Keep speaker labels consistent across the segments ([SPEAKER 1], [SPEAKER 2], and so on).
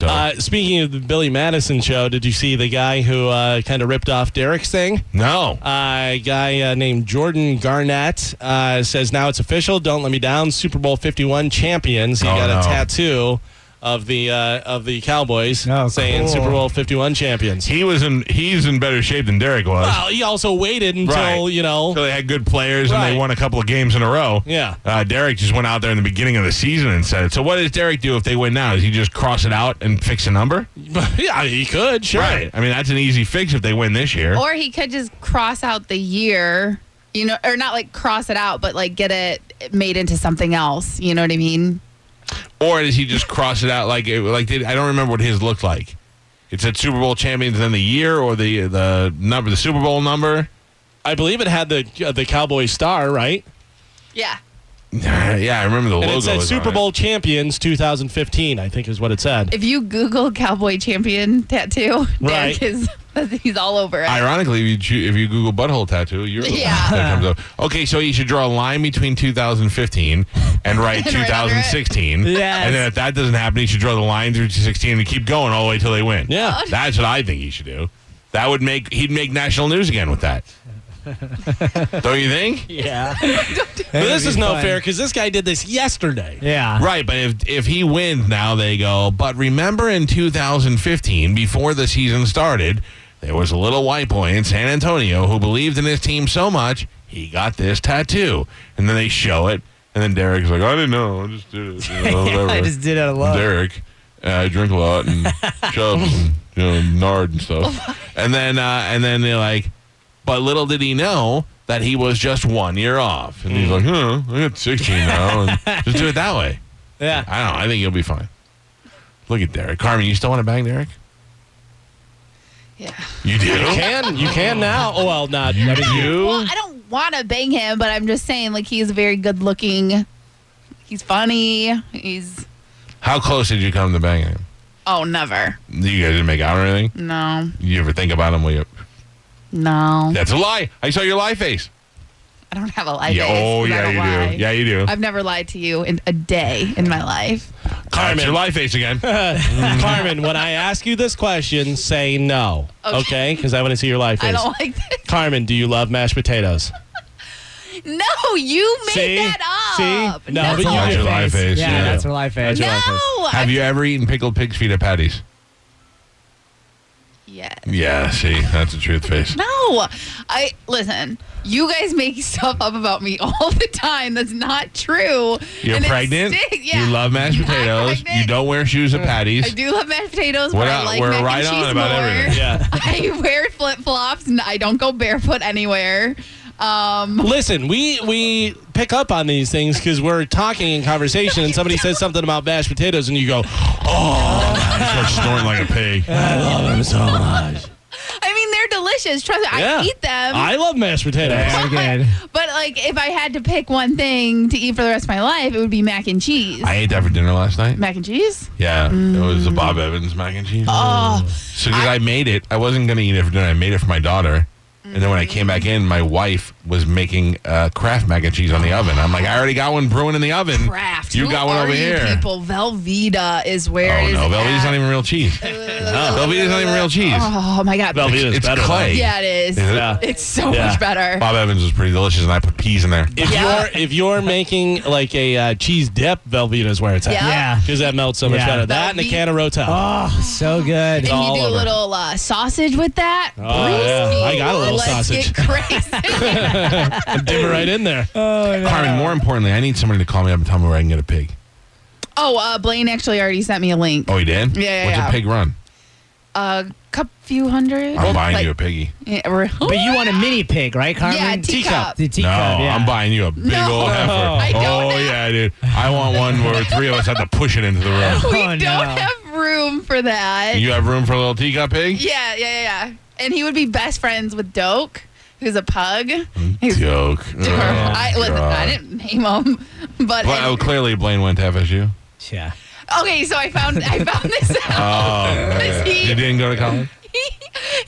[SPEAKER 1] Uh, speaking of the Billy Madison show, did you see the guy who uh, kind of ripped off Derek's thing?
[SPEAKER 2] No.
[SPEAKER 1] A guy uh, named Jordan Garnett uh, says now it's official. Don't let me down. Super Bowl Fifty One champions. He
[SPEAKER 2] Oh,
[SPEAKER 1] got
[SPEAKER 2] no.
[SPEAKER 1] a tattoo of the uh, of the Cowboys
[SPEAKER 3] Oh,
[SPEAKER 1] saying
[SPEAKER 3] cool.
[SPEAKER 1] Super Bowl Fifty One champions.
[SPEAKER 2] He was in. He's in better shape than Derek was.
[SPEAKER 1] Well, he also waited until
[SPEAKER 2] Right.
[SPEAKER 1] you know.
[SPEAKER 2] So they had good players and
[SPEAKER 1] Right.
[SPEAKER 2] they won a couple of games in a row.
[SPEAKER 1] Yeah.
[SPEAKER 2] Uh, Derek just went out there in the beginning of the season and said it. So what does Derek do if they win now? Does he just cross it out and fix a number?
[SPEAKER 1] yeah, he could sure.
[SPEAKER 2] I mean, that's an easy fix if they win this year.
[SPEAKER 4] Or he could just cross out the year, you know, or not like cross it out, but like get it made into something else. You know what I mean?
[SPEAKER 2] Or does he just cross it out like it, like did, I don't remember what his looked like. It said Super Bowl champions and the year or the the number the Super Bowl number.
[SPEAKER 1] I believe it had the uh, the Cowboy star right,
[SPEAKER 4] Yeah.
[SPEAKER 2] yeah, I remember the
[SPEAKER 1] and
[SPEAKER 2] logo.
[SPEAKER 1] it said
[SPEAKER 2] was on
[SPEAKER 1] Super
[SPEAKER 2] it.
[SPEAKER 1] Bowl champions 2015. I think is what it said.
[SPEAKER 4] If you Google cowboy champion tattoo,
[SPEAKER 1] Right.
[SPEAKER 4] Derek is he's all over it.
[SPEAKER 2] Ironically, if you, choo- if you Google butthole tattoo, you're
[SPEAKER 4] Yeah.
[SPEAKER 2] that comes up. Okay, so you should draw a line between 2015 and write
[SPEAKER 4] And right under it.
[SPEAKER 2] 2016.
[SPEAKER 1] Yes.
[SPEAKER 2] And then if that doesn't happen, you should draw the line through to 16 and keep going all the way till they win.
[SPEAKER 4] Oh,
[SPEAKER 1] Yeah.
[SPEAKER 2] That's what I think you should do. That would make he'd make national news again with that. Don't you think?
[SPEAKER 3] Yeah.
[SPEAKER 1] But this is no fair because this guy did this yesterday.
[SPEAKER 3] Yeah.
[SPEAKER 2] Right, but if if he wins now, they go. But remember, in 2015, before the season started, there was a little white boy in San Antonio who believed in his team so much he got this tattoo, and then they show it, and then Derek's like, "I didn't know, I just did it." You know,
[SPEAKER 3] I
[SPEAKER 2] whatever.
[SPEAKER 3] just did it out of
[SPEAKER 2] I'm
[SPEAKER 3] love.
[SPEAKER 2] Derek, uh, I drink a lot and shoves and you know, nard and stuff, and then uh, and then they're like, but little did he know. That he was just one year off, and
[SPEAKER 3] Mm.
[SPEAKER 2] he's like, "Huh, I got 16 now, and just do it that way."
[SPEAKER 1] Yeah.
[SPEAKER 2] I don't know. I think you'll be fine. Look at Derek. Carmen, you still want to bang Derek?
[SPEAKER 4] Yeah.
[SPEAKER 2] You
[SPEAKER 1] You
[SPEAKER 2] do?
[SPEAKER 1] can you can now? Oh well, not I mean, you.
[SPEAKER 4] Well, I don't want to bang him, but I'm just saying, like, he's very good looking. He's funny. He's,
[SPEAKER 2] How close did you come to banging him?
[SPEAKER 4] oh, never.
[SPEAKER 2] You guys didn't make out or anything?
[SPEAKER 4] No,
[SPEAKER 2] You ever think about him? Will you?
[SPEAKER 4] no.
[SPEAKER 2] That's a lie. I saw your lie face.
[SPEAKER 4] I don't have a life.
[SPEAKER 2] yeah. Oh, yeah, you do. Yeah, you do.
[SPEAKER 4] I've never lied to you in a day in my life.
[SPEAKER 2] That's your lie face again.
[SPEAKER 1] Carmen, when I ask you this question, say no.
[SPEAKER 4] Okay.
[SPEAKER 1] Okay? Because I want to see your life
[SPEAKER 4] I
[SPEAKER 1] is.
[SPEAKER 4] don't like that.
[SPEAKER 1] Carmen, do you love mashed potatoes?
[SPEAKER 4] No, you made
[SPEAKER 1] See?
[SPEAKER 4] that up.
[SPEAKER 1] See? No, but you
[SPEAKER 2] That's your lie face,
[SPEAKER 3] Yeah,
[SPEAKER 2] yeah.
[SPEAKER 3] that's her life face.
[SPEAKER 4] no.
[SPEAKER 2] Have you ever eaten pickled pig's feet at Patty's?
[SPEAKER 4] Yes.
[SPEAKER 2] Yeah, see, that's a truth face.
[SPEAKER 4] No. I listen. You guys make stuff up about me all the time. That's not true.
[SPEAKER 2] You're
[SPEAKER 4] And it
[SPEAKER 2] pregnant.
[SPEAKER 4] sticks. Yeah.
[SPEAKER 2] You love mashed
[SPEAKER 4] I'm
[SPEAKER 2] potatoes.
[SPEAKER 4] pregnant.
[SPEAKER 2] You don't wear shoes at Patty's.
[SPEAKER 4] I do love mashed potatoes,
[SPEAKER 2] We're
[SPEAKER 4] but I
[SPEAKER 2] not-
[SPEAKER 4] like
[SPEAKER 2] we're
[SPEAKER 4] mac
[SPEAKER 2] right
[SPEAKER 4] and
[SPEAKER 2] on
[SPEAKER 4] cheese
[SPEAKER 2] about
[SPEAKER 4] more.
[SPEAKER 2] everything.
[SPEAKER 1] Yeah.
[SPEAKER 4] I wear flip flops and I don't go barefoot anywhere. Um,
[SPEAKER 1] Listen, we we pick up on these things because we're talking in conversation and somebody says something about mashed potatoes and you go,
[SPEAKER 2] I start snorting like a pig.
[SPEAKER 1] I love them so much.
[SPEAKER 4] I mean, they're delicious. Trust me,
[SPEAKER 1] Yeah.
[SPEAKER 4] I eat them.
[SPEAKER 1] I love mashed potatoes.
[SPEAKER 3] Very good.
[SPEAKER 4] But like, if I had to pick one thing to eat for the rest of my life, it would be mac and cheese.
[SPEAKER 2] I ate that for dinner last night.
[SPEAKER 4] mac and cheese?
[SPEAKER 2] Yeah, it was the Bob Evans mac and cheese.
[SPEAKER 4] Oh,
[SPEAKER 2] So because I, made it, I wasn't gonna eat it for dinner. I made it for my daughter, and then when I came back in, my wife was making uh, Kraft mac and cheese on the oven. I'm like, I already got one brewing in the oven.
[SPEAKER 4] craft.
[SPEAKER 2] You got one over here.
[SPEAKER 4] People, Velveeta is where
[SPEAKER 2] Oh
[SPEAKER 4] it is.
[SPEAKER 2] no, Velveeta's
[SPEAKER 4] at.
[SPEAKER 2] not even real cheese. Velveeta's not even real cheese.
[SPEAKER 4] Oh my god.
[SPEAKER 1] Velveeta's
[SPEAKER 2] It's
[SPEAKER 1] better. though.
[SPEAKER 2] clay.
[SPEAKER 4] Yeah, it is.
[SPEAKER 2] Is it?
[SPEAKER 1] Yeah.
[SPEAKER 4] It's so
[SPEAKER 1] Yeah.
[SPEAKER 4] much better.
[SPEAKER 2] Bob Evans was pretty delicious, and I put peas in there.
[SPEAKER 1] If
[SPEAKER 4] Yeah.
[SPEAKER 1] you're if you're making like a uh, cheese dip, Velveeta's where it's at.
[SPEAKER 4] Yeah.
[SPEAKER 3] Yeah.
[SPEAKER 1] Because that melts so much
[SPEAKER 3] Yeah.
[SPEAKER 1] better. That and a can of Rotel.
[SPEAKER 3] Oh, so good.
[SPEAKER 1] Oh,
[SPEAKER 4] and you
[SPEAKER 1] all
[SPEAKER 4] do a
[SPEAKER 1] over.
[SPEAKER 4] little uh, sausage with that.
[SPEAKER 1] Oh, yeah.
[SPEAKER 4] Crispy.
[SPEAKER 1] I got a little
[SPEAKER 4] Let's
[SPEAKER 1] sausage.
[SPEAKER 4] Get crazy.
[SPEAKER 1] Dimmer right in there.
[SPEAKER 3] Oh, no.
[SPEAKER 2] Carmen, more importantly, I need somebody to call me up and tell me where I can get a pig.
[SPEAKER 4] oh, uh, Blaine actually already sent me a link.
[SPEAKER 2] Oh, he did?
[SPEAKER 4] Yeah,
[SPEAKER 2] What's
[SPEAKER 4] yeah.
[SPEAKER 2] a pig run?
[SPEAKER 4] A cup, few hundred.
[SPEAKER 2] I'm buying
[SPEAKER 4] Like-
[SPEAKER 2] you a piggy.
[SPEAKER 4] Yeah, we're-
[SPEAKER 3] But you want a mini pig, right, Carmen?
[SPEAKER 4] Yeah, teacup.
[SPEAKER 3] The
[SPEAKER 2] No,
[SPEAKER 3] teacup. yeah.
[SPEAKER 2] I'm buying you a big
[SPEAKER 4] No.
[SPEAKER 2] old heifer.
[SPEAKER 3] I
[SPEAKER 4] don't
[SPEAKER 2] oh
[SPEAKER 4] have-
[SPEAKER 2] yeah, dude. I want one where three of us have to push it into the room.
[SPEAKER 4] we
[SPEAKER 3] Oh,
[SPEAKER 4] don't
[SPEAKER 3] no.
[SPEAKER 4] have room for for that.
[SPEAKER 2] You have room for a little teacup pig?
[SPEAKER 4] Yeah, yeah, yeah, yeah. And he would be best friends with Doke, who's a pug. He's
[SPEAKER 2] Joke.
[SPEAKER 4] adorable.
[SPEAKER 2] Oh,
[SPEAKER 4] I, listen, I
[SPEAKER 2] God.
[SPEAKER 4] didn't name him, but
[SPEAKER 2] Well, oh, clearly Blaine went to FSU.
[SPEAKER 3] Yeah.
[SPEAKER 4] okay. So I found I found this
[SPEAKER 2] Uh,
[SPEAKER 4] out. Because he-
[SPEAKER 2] Oh, You didn't go to college?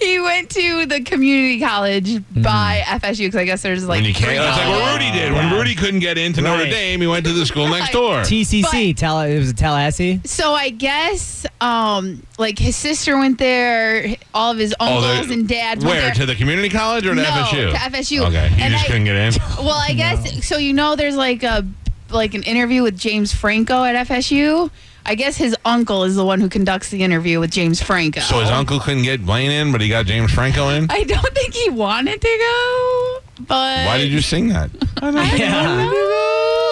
[SPEAKER 4] he went to the community college by FSU because I guess there's like
[SPEAKER 2] Hmm. when you can't,
[SPEAKER 4] three
[SPEAKER 2] it's like what
[SPEAKER 4] colleges.
[SPEAKER 2] Rudy did. When
[SPEAKER 3] Yeah.
[SPEAKER 2] Rudy couldn't get into Notre
[SPEAKER 3] Right.
[SPEAKER 2] Dame, he went to the school next door.
[SPEAKER 3] TCC. Tell it was it Tallahassee.
[SPEAKER 4] So I guess um like his sister went there, all of his
[SPEAKER 2] Oh, the-
[SPEAKER 4] uncles and dads went
[SPEAKER 2] Where
[SPEAKER 4] there.
[SPEAKER 2] to the community college or to
[SPEAKER 4] No,
[SPEAKER 2] FSU?
[SPEAKER 4] to FSU.
[SPEAKER 2] Okay, you
[SPEAKER 4] And
[SPEAKER 2] just
[SPEAKER 4] I-
[SPEAKER 2] couldn't get in.
[SPEAKER 4] well, I guess so you know there's like a like an interview with James Franco at FSU. I guess his uncle is the one who conducts the interview with James Franco.
[SPEAKER 2] So his uncle couldn't get Blaine in, but he got James Franco in.
[SPEAKER 4] I don't think he wanted to go, but
[SPEAKER 2] Why did you sing that?
[SPEAKER 3] Yeah.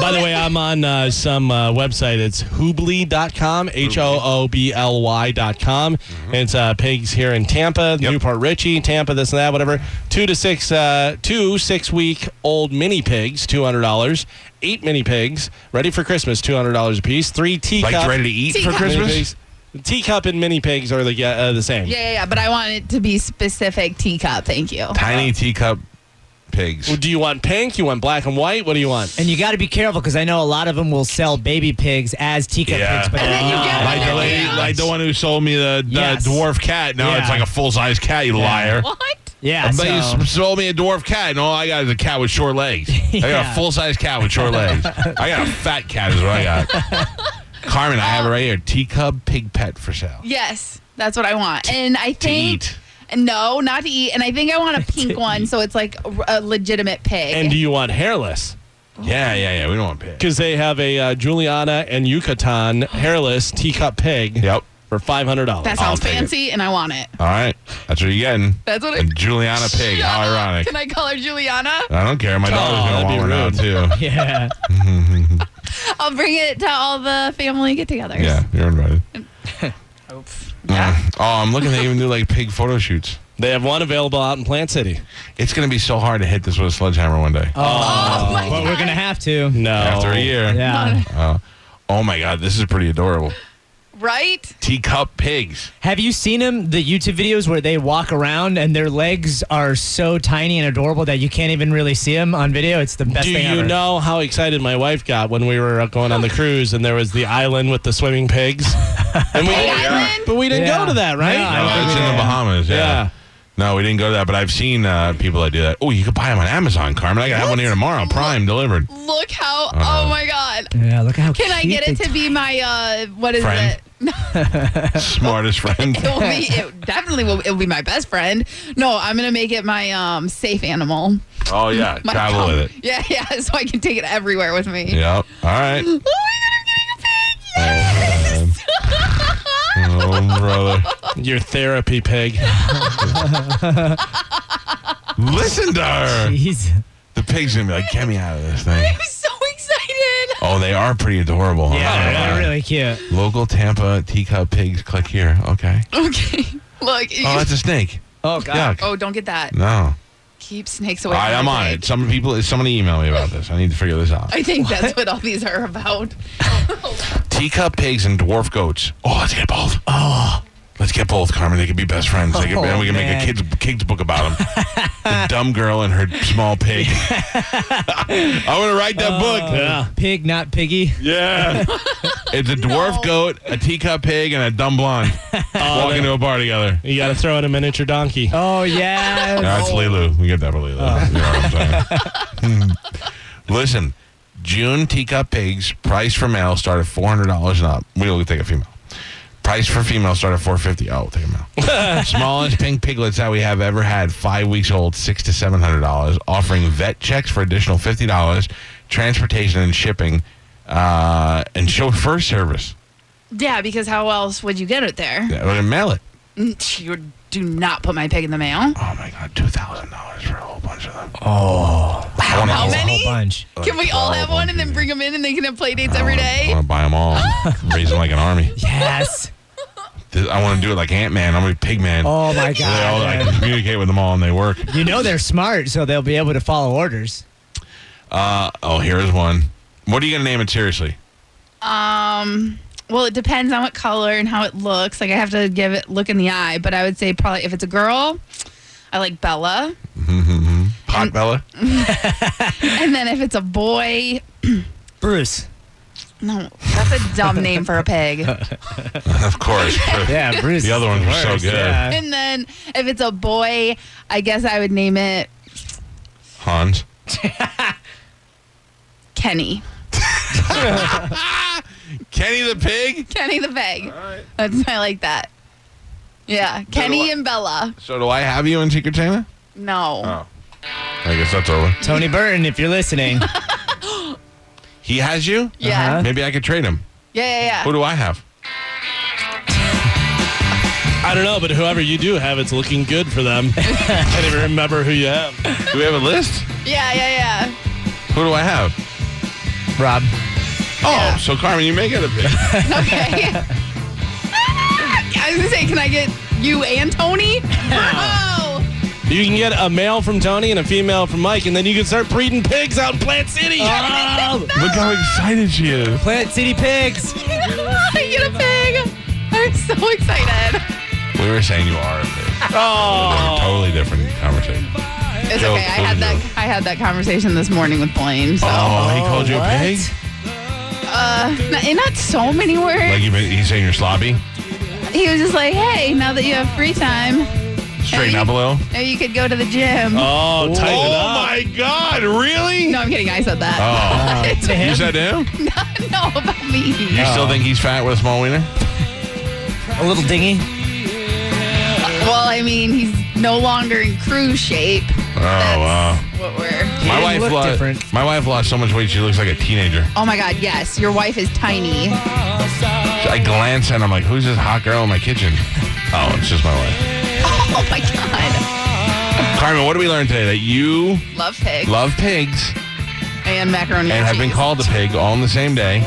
[SPEAKER 1] By the way, I'm on uh, some uh, website. It's hoobly.com, H O O B L Y.com.
[SPEAKER 2] Mm-hmm.
[SPEAKER 1] And it's uh, pigs here in Tampa, Newport Richie, Tampa, this and that, whatever. Two to six, uh, two six week old mini pigs, $200. Eight mini pigs, ready for Christmas, $200 a piece. Three teacup.
[SPEAKER 2] Like you ready to eat for
[SPEAKER 4] Teacup.
[SPEAKER 1] mini
[SPEAKER 2] Christmas?
[SPEAKER 1] pigs. Teacup and mini pigs are the, uh, the same.
[SPEAKER 4] Yeah, yeah, yeah, but I want it to be specific teacup. Thank you.
[SPEAKER 2] Tiny teacup pigs.
[SPEAKER 1] Well, Do you want pink? You want black and white? What do you want?
[SPEAKER 3] And you got to be careful because I know a lot of them will sell baby pigs as teacup
[SPEAKER 2] Yeah.
[SPEAKER 3] pigs. But
[SPEAKER 4] And then you get
[SPEAKER 2] Like
[SPEAKER 4] one
[SPEAKER 2] the
[SPEAKER 4] that
[SPEAKER 2] lady,
[SPEAKER 4] counts.
[SPEAKER 2] like the one who sold me the, the
[SPEAKER 3] Yes.
[SPEAKER 2] dwarf cat. No, it's
[SPEAKER 3] Yeah.
[SPEAKER 2] like a full size cat. You liar.
[SPEAKER 4] What?
[SPEAKER 3] yeah,
[SPEAKER 2] But you
[SPEAKER 3] so,
[SPEAKER 2] s- sold me a dwarf cat, and all I got is a cat with short legs. I got a
[SPEAKER 3] Yeah.
[SPEAKER 2] full size cat with short legs. I got a fat cat, is what I got. Carmen, I have it right here. Teacup pig pet for sale.
[SPEAKER 4] Yes, that's what I want. And I think
[SPEAKER 2] eat.
[SPEAKER 4] no, not to eat. And I think I want a pink one, so it's like a, a legitimate pig.
[SPEAKER 1] And do you want hairless?
[SPEAKER 2] Yeah, yeah, yeah. We don't want pig.
[SPEAKER 1] Because they have a uh, Juliana and Yucatan hairless teacup pig
[SPEAKER 2] Yep.
[SPEAKER 1] for five hundred
[SPEAKER 4] that
[SPEAKER 1] dollars.
[SPEAKER 2] I'll
[SPEAKER 4] sounds
[SPEAKER 2] take it.
[SPEAKER 4] fancy, and I want it.
[SPEAKER 2] All right. That's what you're getting.
[SPEAKER 4] That's what I-
[SPEAKER 2] A Juliana pig. How ironic.
[SPEAKER 4] Can I call her Juliana?
[SPEAKER 2] I don't care. My daughter's
[SPEAKER 1] Oh,
[SPEAKER 2] gonna
[SPEAKER 1] that'd
[SPEAKER 2] want
[SPEAKER 1] be
[SPEAKER 2] one now
[SPEAKER 1] rude.
[SPEAKER 2] too.
[SPEAKER 3] yeah.
[SPEAKER 4] I'll bring it to all the family get-togethers.
[SPEAKER 2] Yeah, you're invited.
[SPEAKER 4] Oops. Yeah.
[SPEAKER 2] Oh, I'm looking to even do like pig photo shoots.
[SPEAKER 1] They have one available out in Plant City.
[SPEAKER 2] It's gonna be so hard to hit this with a sledgehammer one day.
[SPEAKER 4] Oh my
[SPEAKER 3] But we're
[SPEAKER 4] God.
[SPEAKER 3] gonna have to.
[SPEAKER 1] No,
[SPEAKER 2] After a year.
[SPEAKER 3] Yeah.
[SPEAKER 2] Uh, oh my god, this is pretty adorable.
[SPEAKER 4] Right?
[SPEAKER 2] Teacup pigs.
[SPEAKER 3] Have you seen them? The YouTube videos where they walk around and their legs are so tiny and adorable that you can't even really see them on video. It's the best
[SPEAKER 1] Do
[SPEAKER 3] thing
[SPEAKER 1] you
[SPEAKER 3] ever.
[SPEAKER 1] know how excited my wife got when we were uh, going on the cruise and there was the island with the swimming pigs? And we,
[SPEAKER 4] Pig Island?
[SPEAKER 1] but we didn't
[SPEAKER 3] Yeah.
[SPEAKER 1] go to that, right?
[SPEAKER 3] No, I
[SPEAKER 2] Oh,
[SPEAKER 3] don't
[SPEAKER 2] it's
[SPEAKER 3] think
[SPEAKER 2] in the
[SPEAKER 3] we did.
[SPEAKER 2] Bahamas. Yeah.
[SPEAKER 1] Yeah.
[SPEAKER 2] No, we didn't go to that, but I've seen uh, people that do that. Oh, you could buy them on Amazon, Carmen. I got to have one here tomorrow, Prime delivered.
[SPEAKER 4] Look how.
[SPEAKER 2] Uh-huh.
[SPEAKER 4] Oh my God.
[SPEAKER 3] Yeah, look how.
[SPEAKER 4] Can I
[SPEAKER 3] cute
[SPEAKER 4] get it
[SPEAKER 3] they-
[SPEAKER 4] to be my uh? What is
[SPEAKER 2] Friend.
[SPEAKER 4] it? No,
[SPEAKER 2] Smartest friend.
[SPEAKER 4] it will be. It definitely will. It'll be my best friend. No, I'm gonna make it my um safe animal.
[SPEAKER 2] Oh yeah,
[SPEAKER 4] My
[SPEAKER 2] travel
[SPEAKER 4] com-
[SPEAKER 2] with it.
[SPEAKER 4] Yeah, yeah. So I can take it everywhere with me.
[SPEAKER 2] Yep. All right.
[SPEAKER 4] Oh my god,
[SPEAKER 2] Uh-huh.
[SPEAKER 4] I'm getting a pig! Yes!
[SPEAKER 2] Oh brother.
[SPEAKER 1] Your therapy pig.
[SPEAKER 2] Listen to her.
[SPEAKER 3] Jeez.
[SPEAKER 2] The pig's gonna be like, get me out of this thing.
[SPEAKER 4] I'm so excited.
[SPEAKER 2] Oh, they are pretty adorable. huh?
[SPEAKER 3] Yeah, they're really cute.
[SPEAKER 2] Local Tampa teacup pigs. Click here. Okay.
[SPEAKER 4] Okay, look. you-
[SPEAKER 2] Oh, that's a snake.
[SPEAKER 3] Oh
[SPEAKER 2] Yuck.
[SPEAKER 4] oh, don't get that.
[SPEAKER 2] No.
[SPEAKER 4] Keep snakes
[SPEAKER 2] All
[SPEAKER 4] away.
[SPEAKER 2] right,
[SPEAKER 4] from
[SPEAKER 2] I'm
[SPEAKER 4] the
[SPEAKER 2] on
[SPEAKER 4] pig.
[SPEAKER 2] it. Some people, somebody email me about this. I need to figure this out.
[SPEAKER 4] I think that's what all these are about.
[SPEAKER 2] teacup pigs and dwarf goats. Oh, let's get both. Oh, let's get both, Carmen. They could be best friends. They could,
[SPEAKER 3] Oh,
[SPEAKER 2] and we can make a
[SPEAKER 3] man.
[SPEAKER 2] kids kids book about them. the dumb girl and her small pig. I want to write that book.
[SPEAKER 1] Yeah.
[SPEAKER 3] Pig, not piggy.
[SPEAKER 2] Yeah, it's a dwarf
[SPEAKER 4] No.
[SPEAKER 2] goat, a teacup pig, and a dumb blonde walking to a bar together.
[SPEAKER 1] You got to throw in a miniature donkey.
[SPEAKER 3] Oh yeah.
[SPEAKER 2] No, it's Lulu. We get that for Lulu. You know what I'm saying? Listen, June teacup pigs price for male start at four hundred dollars and up. We'll take a female. Price for female start at four fifty. Oh, we'll take a male. Smallest pink piglets that we have ever had, five weeks old, six to seven hundred dollars. Offering vet checks for additional fifty dollars, transportation and shipping, uh, and chauffeur service.
[SPEAKER 4] Yeah, because how else would you get it there?
[SPEAKER 2] Yeah, we're gonna mail it.
[SPEAKER 4] Mm, You do not put my pig in the mail.
[SPEAKER 2] Oh my god, two thousand dollars for a whole bunch of them.
[SPEAKER 4] Wow,
[SPEAKER 2] wanna
[SPEAKER 4] Oh. how
[SPEAKER 2] eat a
[SPEAKER 4] many?
[SPEAKER 3] Whole bunch.
[SPEAKER 4] Can we all have one and then bring them in and they can have play dates every
[SPEAKER 2] I
[SPEAKER 4] day?
[SPEAKER 2] want to buy them all, raise them like an army.
[SPEAKER 3] Yes.
[SPEAKER 2] Th- I want to do it like Ant Man. I'm gonna be Pig Man.
[SPEAKER 3] Oh my
[SPEAKER 2] So they all
[SPEAKER 3] god.
[SPEAKER 2] I can communicate with them all and they work.
[SPEAKER 3] You know they're smart, so they'll be able to follow orders.
[SPEAKER 2] Uh, oh, here's one. What are you gonna name it seriously?
[SPEAKER 4] Um, Well, it depends on what color and how it looks. Like I have to give it look in the eye, but I would say probably if it's a girl, I like Bella, Um,
[SPEAKER 2] Hot Bella.
[SPEAKER 4] and then if it's a boy,
[SPEAKER 3] Bruce.
[SPEAKER 4] no, that's a dumb name for a pig.
[SPEAKER 2] Of course.
[SPEAKER 3] Yeah, Bruce.
[SPEAKER 2] The
[SPEAKER 3] is
[SPEAKER 2] other ones were so
[SPEAKER 3] worst,
[SPEAKER 2] good.
[SPEAKER 3] yeah.
[SPEAKER 4] And then if it's a boy, I guess I would name it
[SPEAKER 2] Hans.
[SPEAKER 4] Kenny.
[SPEAKER 2] Kenny the pig?
[SPEAKER 4] Kenny the pig. That's I like that. Yeah, Kenny and Bella.
[SPEAKER 2] So do I have you in Secret Santa?
[SPEAKER 4] No.
[SPEAKER 2] Oh. I guess that's over.
[SPEAKER 3] Tony Burton, if you're listening.
[SPEAKER 2] He has you?
[SPEAKER 4] Yeah.
[SPEAKER 3] Uh-huh.
[SPEAKER 2] Maybe I could trade him.
[SPEAKER 4] yeah, yeah, yeah.
[SPEAKER 2] Who do I have?
[SPEAKER 1] I don't know, but whoever you do have, it's looking good for them. Can't even remember who you have.
[SPEAKER 2] Do we have a list?
[SPEAKER 4] Yeah, yeah, yeah.
[SPEAKER 2] Who do I have?
[SPEAKER 3] Rob.
[SPEAKER 2] Oh,
[SPEAKER 4] Yeah.
[SPEAKER 2] so Carmen, you may get a pig.
[SPEAKER 4] Okay. I was gonna say, can I get you and Tony? Oh,
[SPEAKER 1] You can get a male from Tony and a female from Mike, and then you can start breeding pigs out in Plant City.
[SPEAKER 3] Oh,
[SPEAKER 2] Look how excited she is.
[SPEAKER 3] Planet City Pigs.
[SPEAKER 4] I get a pig. I'm so excited.
[SPEAKER 2] We were saying you are a pig. Oh. Totally different conversation.
[SPEAKER 4] It's
[SPEAKER 2] Joke,
[SPEAKER 4] okay. I had
[SPEAKER 2] totally
[SPEAKER 4] that. I had that conversation this morning with Blaine. So,
[SPEAKER 2] Oh, he called you a
[SPEAKER 3] what?
[SPEAKER 2] pig?
[SPEAKER 4] uh, not, in not so many words.
[SPEAKER 2] Like you, he's saying you're sloppy?
[SPEAKER 4] he was just like, "Hey, now that you have free time,
[SPEAKER 2] Straighten up a little?
[SPEAKER 4] now you could go to the gym."
[SPEAKER 1] Oh, tighten it up.
[SPEAKER 2] my God, really?
[SPEAKER 4] No, I'm kidding. I said that.
[SPEAKER 2] Oh.
[SPEAKER 3] To him?
[SPEAKER 2] You said him?
[SPEAKER 4] no, about me.
[SPEAKER 2] You still think he's fat with a small wiener?
[SPEAKER 3] A little dingy.
[SPEAKER 4] Well, I mean, he's no longer in cruise shape.
[SPEAKER 2] Oh, wow.
[SPEAKER 4] What we're.
[SPEAKER 2] My
[SPEAKER 3] didn't
[SPEAKER 2] wife,
[SPEAKER 3] look
[SPEAKER 2] lo-
[SPEAKER 3] different.
[SPEAKER 2] my wife lost so much weight, she looks like a teenager.
[SPEAKER 4] Oh my God! Yes, your wife is tiny.
[SPEAKER 2] I glance and I'm like, who's this hot girl in my kitchen? Oh, it's just my wife.
[SPEAKER 4] Oh my God!
[SPEAKER 2] Carmen, what did we learn today? That you
[SPEAKER 4] Love pig
[SPEAKER 2] love pigs
[SPEAKER 4] and macaroni
[SPEAKER 2] and have been
[SPEAKER 4] cheese.
[SPEAKER 2] called a pig all in the same day.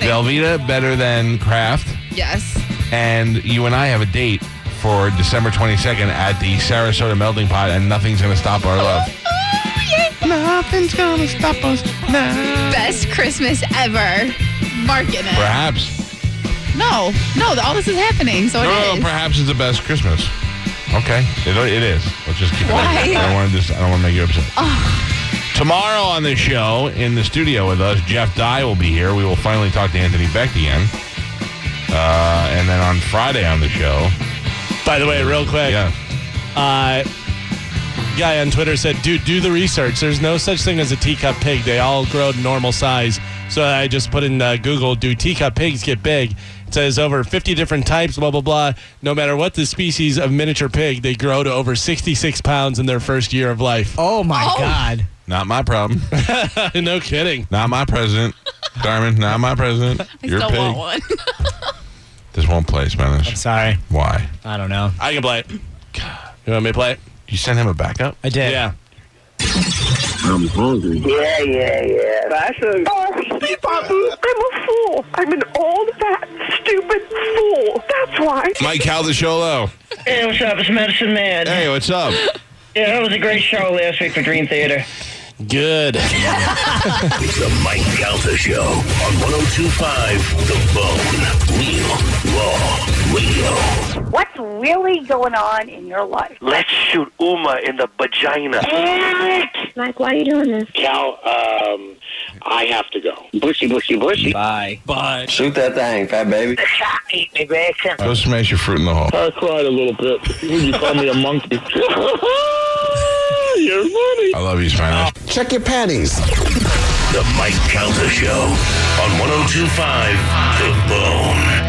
[SPEAKER 2] Velveeta better than Kraft.
[SPEAKER 4] Yes.
[SPEAKER 2] And you and I have a date for December 22nd at the Sarasota Melting Pot, and nothing's going to stop our love.
[SPEAKER 4] Oh, yeah.
[SPEAKER 2] Nothing's going to stop us now.
[SPEAKER 4] Best Christmas ever. Marking it.
[SPEAKER 2] Perhaps.
[SPEAKER 4] No, no, all this is happening, so it is.
[SPEAKER 2] No, no, perhaps it's the best Christmas. Okay, it, it is. Let's just keep it.
[SPEAKER 4] Why?
[SPEAKER 2] at that. I don't want to just. I don't want to make you upset. Tomorrow on the show, in the studio with us, Jeff Dye will be here. We will finally talk to Anthony Beck again. Uh, and then on Friday on the show,
[SPEAKER 1] By the way, real quick,
[SPEAKER 2] yeah,
[SPEAKER 1] uh, guy on Twitter said, "Dude, do the research. There's no such thing as a teacup pig. They all grow to normal size." So I just put in uh, Google, "Do teacup pigs get big?" It says over 50 different types, blah blah blah. No matter what the species of miniature pig, they grow to over 66 pounds in their first year of life.
[SPEAKER 3] Oh my
[SPEAKER 4] Oh.
[SPEAKER 3] God.
[SPEAKER 2] not my problem,
[SPEAKER 1] no kidding.
[SPEAKER 2] not my president, Carmen, not my president.
[SPEAKER 4] I
[SPEAKER 2] You're a
[SPEAKER 4] still
[SPEAKER 2] pig.
[SPEAKER 4] want one.
[SPEAKER 2] This won't play Spanish.
[SPEAKER 3] Sorry.
[SPEAKER 2] Why?
[SPEAKER 3] I don't know.
[SPEAKER 1] I can play it. You want me to play it?
[SPEAKER 2] You sent him a backup.
[SPEAKER 3] I did.
[SPEAKER 1] Yeah.
[SPEAKER 5] I'm hungry.
[SPEAKER 6] Yeah, yeah, yeah. That's a. Oh, Babu, I'm a fool. I'm an old, fat, stupid fool. That's why.
[SPEAKER 2] Mike Calzacholo.
[SPEAKER 7] Hey, what's up? It's Medicine Man.
[SPEAKER 2] Hey, what's up?
[SPEAKER 7] Yeah, that was a great show last week for Dream Theater.
[SPEAKER 1] Good.
[SPEAKER 5] The Mike Calta Show on 1025 The Bone. Real, raw, radio.
[SPEAKER 8] What's really going on in your life?
[SPEAKER 9] Let's shoot Uma in the vagina.
[SPEAKER 8] Mike, why are you doing this?
[SPEAKER 5] Cal, um, I have to go.
[SPEAKER 9] Bushy, bushy, bushy.
[SPEAKER 3] Bye. Bye.
[SPEAKER 9] Shoot that thing, fat baby.
[SPEAKER 6] Eat me, bacon.
[SPEAKER 2] Go smash your fruit in the hole.
[SPEAKER 5] I cried a little bit when you called me a monkey. You're funny.
[SPEAKER 2] I love you, Spanish.
[SPEAKER 9] Check your panties.
[SPEAKER 5] oh The Mike Calta Show on 1025 The Bone.